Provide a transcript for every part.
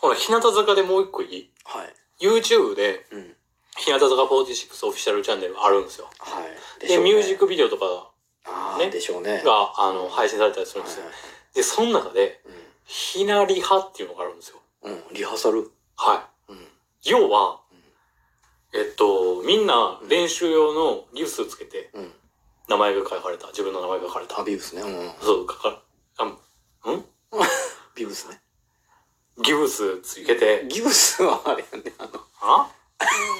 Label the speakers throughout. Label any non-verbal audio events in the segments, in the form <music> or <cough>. Speaker 1: ほら、日向坂でもう一個いい
Speaker 2: はい。
Speaker 1: ?YouTube で、
Speaker 2: うん。
Speaker 1: 日向坂46オフィシャルチャンネルあるんですよ。
Speaker 2: はい。
Speaker 1: で、ミュージッ
Speaker 2: ク。
Speaker 1: クビデオとか
Speaker 2: ああ、
Speaker 1: ね
Speaker 2: でしょうね。
Speaker 1: が、あの、配信されたりするんですよ。で、その中で、
Speaker 2: はいはい
Speaker 1: ひなりはっていうのがあるんですよ。
Speaker 2: うん。うん。リハーサル。
Speaker 1: は
Speaker 2: うん。
Speaker 1: い。要は、えっと、みんな練習用のリュースつけて、
Speaker 2: うん。
Speaker 1: 名前が書かれた、自分の名前が書かれ
Speaker 2: あ、
Speaker 1: た。
Speaker 2: ビブスね。うん。
Speaker 1: そう、書か、あん
Speaker 2: ビブスね。
Speaker 1: ギブスつけて、
Speaker 2: ギブスはあれやね。あの、
Speaker 1: あ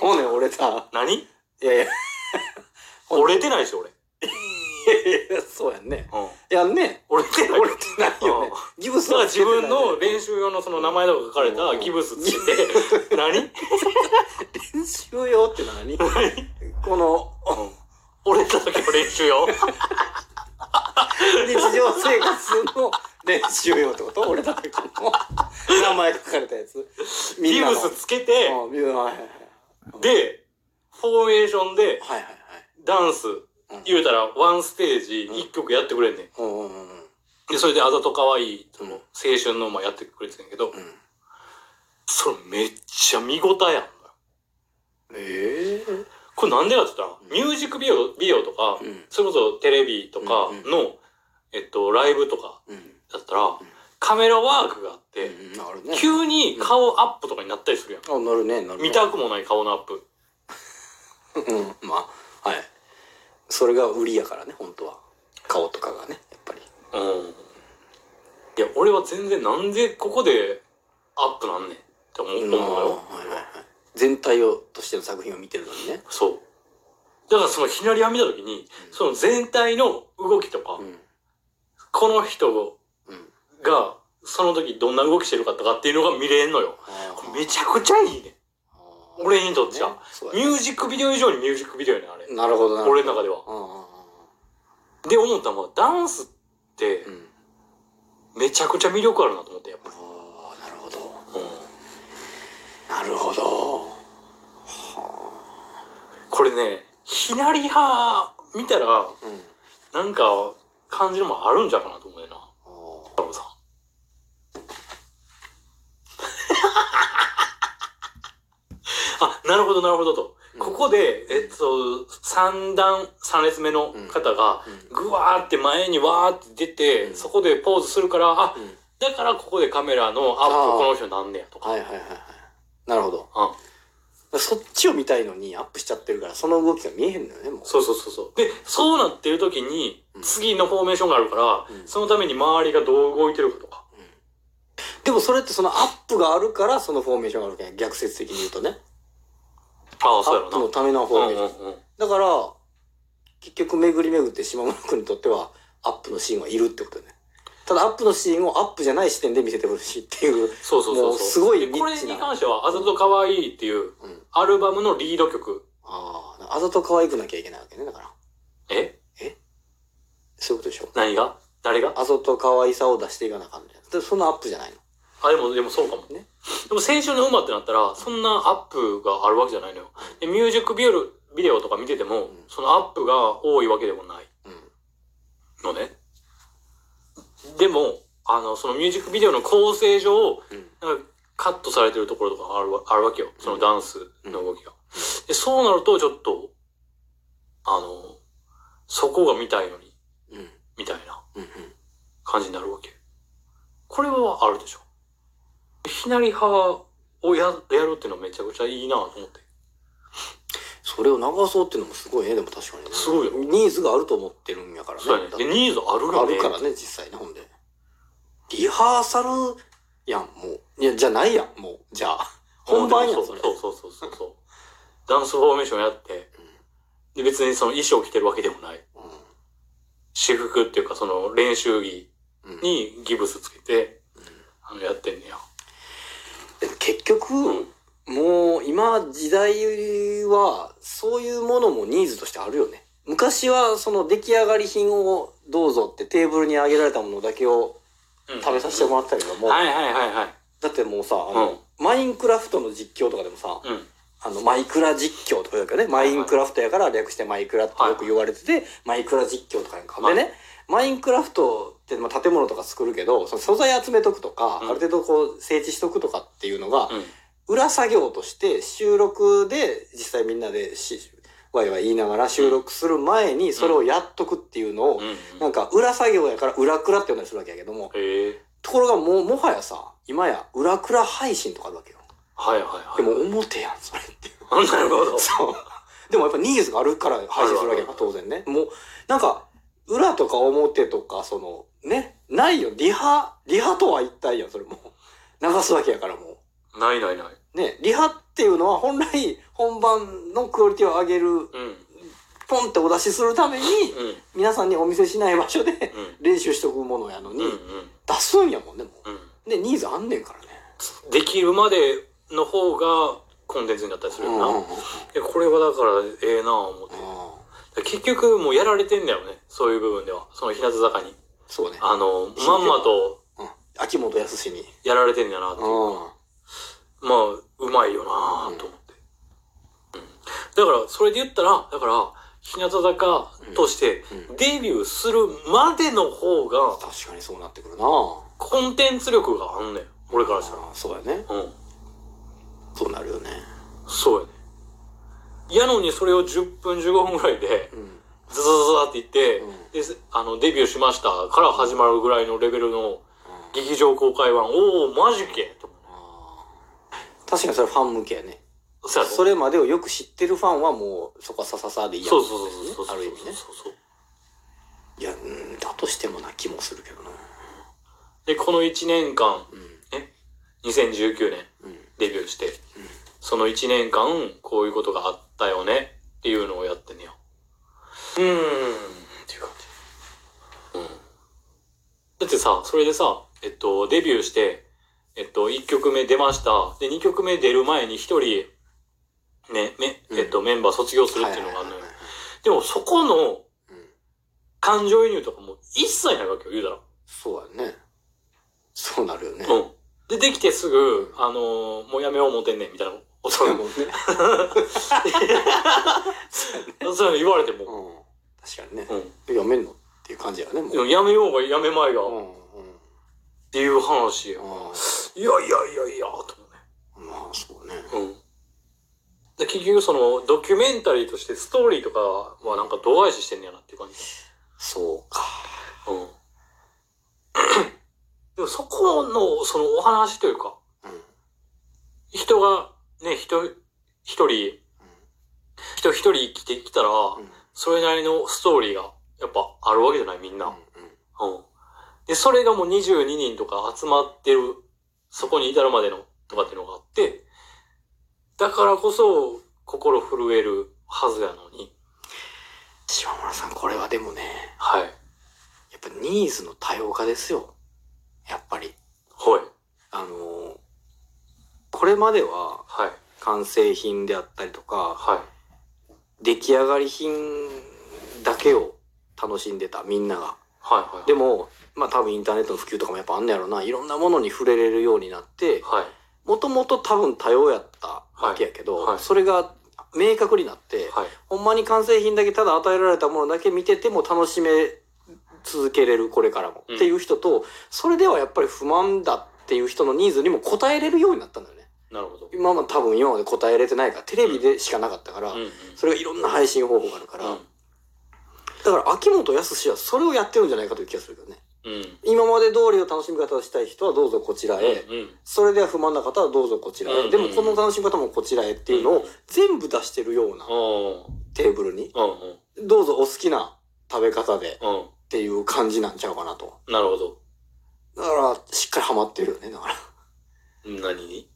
Speaker 2: 骨折れた。
Speaker 1: 何
Speaker 2: いやいや、
Speaker 1: 折れてないでしょ、俺。
Speaker 2: いやいやそうやんね。
Speaker 1: うん。
Speaker 2: いやんね。
Speaker 1: 折れてない。
Speaker 2: 折れてないよね。ギブ
Speaker 1: だ
Speaker 2: ス
Speaker 1: から
Speaker 2: は
Speaker 1: 自分の
Speaker 2: 練
Speaker 1: 練習用のその名前とか書かれたギブスつけて、何
Speaker 2: 習用って何この、
Speaker 1: 折れた時の練習用
Speaker 2: 日常生活の練習用ってこと俺だってこの名前書かれたやつ。み
Speaker 1: ギ
Speaker 2: んな
Speaker 1: ブ
Speaker 2: の
Speaker 1: スつけて、
Speaker 2: うんビブスはいはいはい。
Speaker 1: で、フォーメーションで
Speaker 2: はいはいはい。
Speaker 1: ダンス、
Speaker 2: ん
Speaker 1: 言うたらワンステージ一曲やってくれんねん。
Speaker 2: うんうんうんうん。
Speaker 1: で、それであざとかわいいと
Speaker 2: うん
Speaker 1: 青春のまあやってくれてんやけど、
Speaker 2: うん
Speaker 1: それめっちゃ見応えあんのよ。
Speaker 2: ええ
Speaker 1: これなんでかって言ったら、ミュージックビデオビデオとか、
Speaker 2: うん
Speaker 1: それこそテレビとか
Speaker 2: うん
Speaker 1: の、えっと、ライブとか
Speaker 2: うん。
Speaker 1: だったら、カメラワークがあって、
Speaker 2: うん、あるね。
Speaker 1: 急に顔アップとかになったりするやん。
Speaker 2: あ、なるね、なるね。
Speaker 1: 見たくもない顔のアップ。
Speaker 2: うん、まあ、はい。それが売りやからね、本当は。顔とかがね、やっぱり。
Speaker 1: うん。いや、俺は全然なんでここでアップなんねんって思う思うのよ。
Speaker 2: はいはいはい。全体を、としての作品を見てるのにね。
Speaker 1: そう。だからそのひなりは見たときに、その全体の動きとか、
Speaker 2: うん。
Speaker 1: この人
Speaker 2: うん。
Speaker 1: がその時どんな動きしてるかとかっていうのが見れんのよ。これめちゃくちゃいいね。俺にとっちゃ
Speaker 2: ねそう
Speaker 1: ミ
Speaker 2: やね
Speaker 1: ュージックビデオ以上にミュージックビデオやねんあれ。
Speaker 2: なるほどなるほど。
Speaker 1: 俺の中では。
Speaker 2: うんうん
Speaker 1: で、思ったのは、ダンスって
Speaker 2: うん。うん。
Speaker 1: めちゃくちゃ魅力あるなと思って、やっぱり。
Speaker 2: ああ、なるほど。
Speaker 1: うん
Speaker 2: なるほど。
Speaker 1: これね、ひなり派見たら、
Speaker 2: うん。
Speaker 1: なんか、感じるもんあるんじゃうかなと思うよな。
Speaker 2: あ
Speaker 1: 太郎
Speaker 2: <laughs>
Speaker 1: さん。あ、なるほど、なるほどと。
Speaker 2: うん
Speaker 1: ここで、えっと、三段、三列目の方が
Speaker 2: う、ん
Speaker 1: ぐわーって前にわーって出て、
Speaker 2: うん
Speaker 1: そこでポーズするから、あ
Speaker 2: ー、うん。
Speaker 1: だからここでカメラのアッ
Speaker 2: あ
Speaker 1: プ
Speaker 2: ー
Speaker 1: この人なんねやとか。
Speaker 2: はいはいはいはい。なるほど。
Speaker 1: うん
Speaker 2: そっちを見たいのにアップしちゃってるから、その動きが見えへんのよね、もう。
Speaker 1: そうそうそうそう。で、そうなってる時に、
Speaker 2: うん
Speaker 1: 次のフォーメーションがあるから、
Speaker 2: うん
Speaker 1: そのために周りがどう動いてるかとか。
Speaker 2: でもそれってそのアップがあるから、そのフォーメーションがあるわけやん逆説的に言うとね。
Speaker 1: ああ、
Speaker 2: ア
Speaker 1: そうやろ
Speaker 2: ッ
Speaker 1: な
Speaker 2: プ。のためのフォーメーション。
Speaker 1: うんうんうん
Speaker 2: だから、結局巡り巡って島村君にとっては、アップのシーンはいるってことね。ただアップのシーンをアップじゃない視点で見せてほしいっていう。
Speaker 1: そうそうそう
Speaker 2: も
Speaker 1: そうう。
Speaker 2: すごい
Speaker 1: で
Speaker 2: ニ
Speaker 1: これ
Speaker 2: ッチな
Speaker 1: に関しては、あざとかわいいっていう
Speaker 2: うん。
Speaker 1: アルバムのリード曲。
Speaker 2: ああ、あざと可愛くなきゃいけないわけね、だから。
Speaker 1: え
Speaker 2: そういうことでしょ。
Speaker 1: 何が誰が
Speaker 2: あざと可愛さを出していかなあかんのやで、そのアップじゃないの。
Speaker 1: あ、でも、でもそうかも。
Speaker 2: ね
Speaker 1: でも青春の馬ってなったら、そんなアップがあるわけじゃないのよ。で、ミュージックビデオビデオとか見てても、
Speaker 2: ん
Speaker 1: そのアップが多いわけでもない
Speaker 2: うん。
Speaker 1: のね。でも、あの、そのミュージックビデオの構成上、
Speaker 2: うん。
Speaker 1: なんかカットされてるところとかあるわあるわけよ。そのダンスの動きが。でそうなると、ちょっと、あの、そこが見たいのに、
Speaker 2: うん。
Speaker 1: みたいな
Speaker 2: うん。
Speaker 1: 感じになるわけ。これはあるでしょ。ひなり派をややるっていうのはめちゃくちゃいいなと思って。
Speaker 2: それを流そうっていうのもすごいね、でも確かに、ね。
Speaker 1: すごいよ
Speaker 2: ニーズがあると思ってるんやからね。
Speaker 1: そうやね。で、
Speaker 2: だって
Speaker 1: ニーズある
Speaker 2: あ
Speaker 1: よね。
Speaker 2: るからね、実際ね、ほんで。リハーサルやん、もう。いや、じゃないやん、もう。じゃあ。本番や
Speaker 1: そ <laughs>
Speaker 2: ん、
Speaker 1: う
Speaker 2: それ。
Speaker 1: そうそうそうそうそう。ダンスフォーメーションやって、で別にその衣装着てるわけでもない。私服っていうかその練習着
Speaker 2: うんうん
Speaker 1: にギブスつけて、あのやってんねや。
Speaker 2: でも結局、もう今時代はそういうものもニーズとしてあるよね。昔はその出来上がり品をどうぞってテーブルに上げられたものだけを
Speaker 1: うん
Speaker 2: 食べさせてもらってたけども、
Speaker 1: はいはいはいはい。
Speaker 2: だってもうさ、あの、マインクラフトの実況とかでもさ、
Speaker 1: うん。
Speaker 2: あの、マイクラ実況とかだけどね、マインクラフトやから略してマイクラってよく言われてて、マイクラ実況とかやんか。でね、マインクラフトって、まあ、建物とか作るけど、その素材集めとくとか、
Speaker 1: うん
Speaker 2: ある程度こう、整地しとくとかっていうのが、
Speaker 1: うん。
Speaker 2: 裏作業として収録で実際みんなでし、わいわい言いながら収録する前にそれをやっとくっていうのを、
Speaker 1: うん。
Speaker 2: なんか裏作業やから裏倉って呼んだりするわけやけども、
Speaker 1: へえ。
Speaker 2: ところがもう、もはやさ、今や裏倉配信とかあるわけよ。
Speaker 1: はいはい
Speaker 2: で
Speaker 1: は
Speaker 2: も表やん、それっていう。
Speaker 1: い。なるほ
Speaker 2: <laughs>
Speaker 1: ど。
Speaker 2: そう。でもやっぱニーズがあるから配信するわけだ
Speaker 1: あるある
Speaker 2: 当然ね。もう、なんか、裏とか表とか、その、ね、ないよ。リハ、リハとは一体やん、それもう。流すわけやからも
Speaker 1: ないないない。
Speaker 2: う。ね、リハっていうのは本来、本番のクオリティを上げる、
Speaker 1: うん。
Speaker 2: ポンってお出しするために、
Speaker 1: うん。うん。
Speaker 2: 皆さんにお見せしない場所で練習しとくものやの
Speaker 1: うん。
Speaker 2: に、
Speaker 1: うん。
Speaker 2: 出すんやもんね、も
Speaker 1: うん。
Speaker 2: う。で、ニーズあんねんからね。
Speaker 1: できるまでの方がコンテンツになったりするよ
Speaker 2: うんうん
Speaker 1: な。え、これはだからええなぁ思って。
Speaker 2: うん
Speaker 1: 結局もうやられてんだよね。そういう部分では。その日向坂に。
Speaker 2: そうね。
Speaker 1: あの、まんまと
Speaker 2: うん秋元康に。
Speaker 1: やられてんだなって。
Speaker 2: うん。
Speaker 1: まあ、うまいよなぁと思って。うん。だから、それで言ったら、だから、日向坂として
Speaker 2: うん
Speaker 1: デビューするまでの方が
Speaker 2: 確かにそうなってくるなぁ。
Speaker 1: コンテンツ力があんねん。俺からした
Speaker 2: あーそうやね
Speaker 1: ら。うん。
Speaker 2: そうなるよね
Speaker 1: そうやね。やのにそれを10分15分ぐらいで、
Speaker 2: うん
Speaker 1: ズズズズっていって、
Speaker 2: うん
Speaker 1: で、あの、デビューしましたから始まるぐらいのレベルの劇場公開版、おおマジけと思
Speaker 2: 確かにそれファン向けやね
Speaker 1: う。そうやろ
Speaker 2: それまでをよく知ってるファンはもうそこはさささでいいや
Speaker 1: そうそうそうそうそう。
Speaker 2: ある意味
Speaker 1: そ
Speaker 2: ね
Speaker 1: うそう。
Speaker 2: いやうんだとしてもな気もするけどな
Speaker 1: で、この1年間、
Speaker 2: う
Speaker 1: ね、2019年
Speaker 2: んうん
Speaker 1: デビューして、その1年間、こういうことがあったよねっていうのをやってねよ。うーん、っていう感じ。うん。だってさ、それでさ、えっと、デビューして、えっと、1曲目出ました。で、2曲目出る前に1人、ね、め、
Speaker 2: うん
Speaker 1: えっと、メンバー卒業するっていうのがあるのよ
Speaker 2: はいはいはい。
Speaker 1: でも、そこの
Speaker 2: はいうん
Speaker 1: 感情移入とかも一切ないわけよ、言うたら。
Speaker 2: そうやねそうなるよね
Speaker 1: うん。で、できてすぐ、あのーもうやめよう思ってんねん、みたいな <laughs> こと。そ
Speaker 2: そうう
Speaker 1: い
Speaker 2: や
Speaker 1: う
Speaker 2: もんね
Speaker 1: の言われても、
Speaker 2: うん確かにね
Speaker 1: うん。
Speaker 2: 読めんのっていう感じやねもう
Speaker 1: でもやめようがやめまいが、
Speaker 2: う
Speaker 1: っ
Speaker 2: んうん
Speaker 1: ていう話や。
Speaker 2: あ
Speaker 1: いやいやいやいや、と
Speaker 2: ーまあそうね
Speaker 1: 思うね。うん。で、結局その、ドキュメンタリーとしてストーリーとかはなんか度外視してんねやなっていう感じ。
Speaker 2: そうか
Speaker 1: うん。でもそこの、そのお話というか、
Speaker 2: うん
Speaker 1: 人が、ね、人、一人、人一人生きてきたら、
Speaker 2: うんうん
Speaker 1: それなりのストーリーが、やっぱあるわけじゃない、みんな。
Speaker 2: うん
Speaker 1: うん。で、それがもう22人とか集まってる、そこに至るまでのとかっていうのがあって、だからこそ心震えるはずやのに、
Speaker 2: 島村さんこれはでもね
Speaker 1: はい。
Speaker 2: やっぱニーズの多様化ですよ。やっぱり。
Speaker 1: はい。
Speaker 2: あのーこれまでは
Speaker 1: はい。
Speaker 2: 完成品であったりとか、
Speaker 1: はい。
Speaker 2: 出来上がり品だけを楽しんでたみんなが。
Speaker 1: はい。はい。
Speaker 2: で
Speaker 1: も、
Speaker 2: も、まあ多分インターネットの普及とかもやっぱあんのやろな。いろんなものに触れれるようになって、
Speaker 1: はい。
Speaker 2: もともと多分多様やったわけやけど、
Speaker 1: はいはい
Speaker 2: それが明確になって、
Speaker 1: はい。
Speaker 2: ほんまに完成品だけただ与えられたものだけ見てても楽しめ続けれるこれからも、
Speaker 1: うん
Speaker 2: っていう人とそれではやっぱり不満だっていう人のニーズにも応えれるようになったんだよね
Speaker 1: なるほど。
Speaker 2: 今まで多分今まで応えれてないからテレビでしかなかったから、
Speaker 1: うんうん。
Speaker 2: それがいろんな配信方法があるから、だから秋元康はそれをやってるんじゃないかという気がするけどね
Speaker 1: うん。うん。
Speaker 2: 今まで通りの楽しみ方をしたい人はどうぞこちらへ、
Speaker 1: うんうん。
Speaker 2: それでは不満な方はどうぞこちらへ、
Speaker 1: うん
Speaker 2: でもこの楽しみ方もこちらへっていうの
Speaker 1: うん
Speaker 2: を全部出してるような
Speaker 1: う
Speaker 2: テーブルに
Speaker 1: ん。うん。
Speaker 2: どうぞお好きな食べ方でっ
Speaker 1: うん。
Speaker 2: ていう感じなんちゃうかなと。
Speaker 1: なるほど。
Speaker 2: だから、しっかりハマってるよね、だから。
Speaker 1: 何に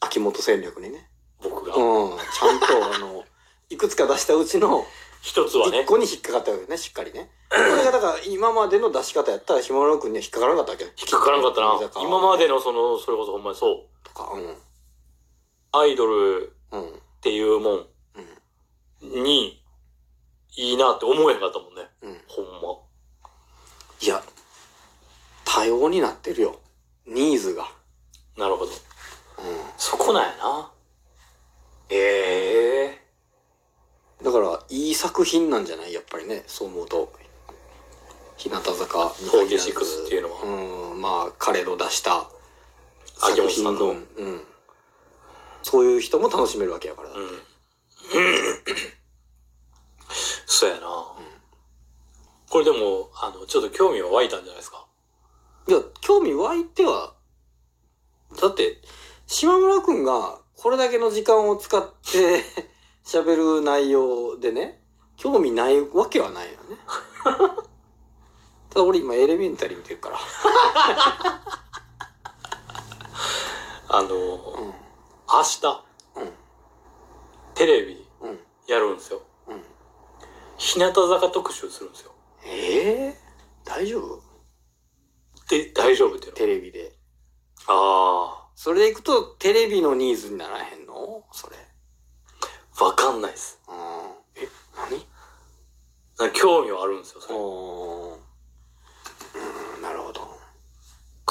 Speaker 2: 秋元戦略にね。
Speaker 1: 僕が
Speaker 2: うん。ち。ゃんと、あの、 <laughs> いくつか出したうちの
Speaker 1: 一つは
Speaker 2: 一
Speaker 1: ね。
Speaker 2: 個に引っかかったわけね、しっかりね。これがだから、今までの出し方やったら、ひまろくんには引っかからなかったわけ
Speaker 1: 引っかからなかった
Speaker 2: 乃木坂
Speaker 1: な。今までのその、それこそほんまにそう。
Speaker 2: とか、うん。
Speaker 1: アイドル
Speaker 2: うん。
Speaker 1: っていうもんに、いいなって思えへんかったもんね。
Speaker 2: うん。うん。
Speaker 1: ほん
Speaker 2: いや、多様になってるよ。ニーズが。
Speaker 1: ま。なるほど。
Speaker 2: うん。
Speaker 1: そこなんやな。ええ
Speaker 2: 作品なんじゃないやっぱりねそう思うと日向坂
Speaker 1: フォーゲシックスっていうのは
Speaker 2: うんまあ彼の出した
Speaker 1: 秋元さんの
Speaker 2: 作品うん、そういう人も楽しめるわけやから、
Speaker 1: うん。そうやな、これでも、あの、ちょっと興味は湧いたんじゃないですか。
Speaker 2: いや、興味湧いては、だって、島村くんがこれだけの時間を使って <laughs> 喋る内容でね、興味ないわけはない
Speaker 1: <laughs>
Speaker 2: よね。ただ俺今エレメンタリー見てるから。
Speaker 1: あの、
Speaker 2: うん。う
Speaker 1: 明
Speaker 2: ん。
Speaker 1: 日、テレビ
Speaker 2: うん。
Speaker 1: やるんですよ。
Speaker 2: うん。
Speaker 1: 日向坂特集するんですよ。
Speaker 2: ええ大丈夫
Speaker 1: で、大丈夫っていうの。
Speaker 2: テレビで。
Speaker 1: あ
Speaker 2: それでいくとテレビのニーズにならへんのそれ。
Speaker 1: あ、わかんないです。
Speaker 2: うん。え、何
Speaker 1: なんか興味はあるんですよ、それ。
Speaker 2: おーうん、なるほど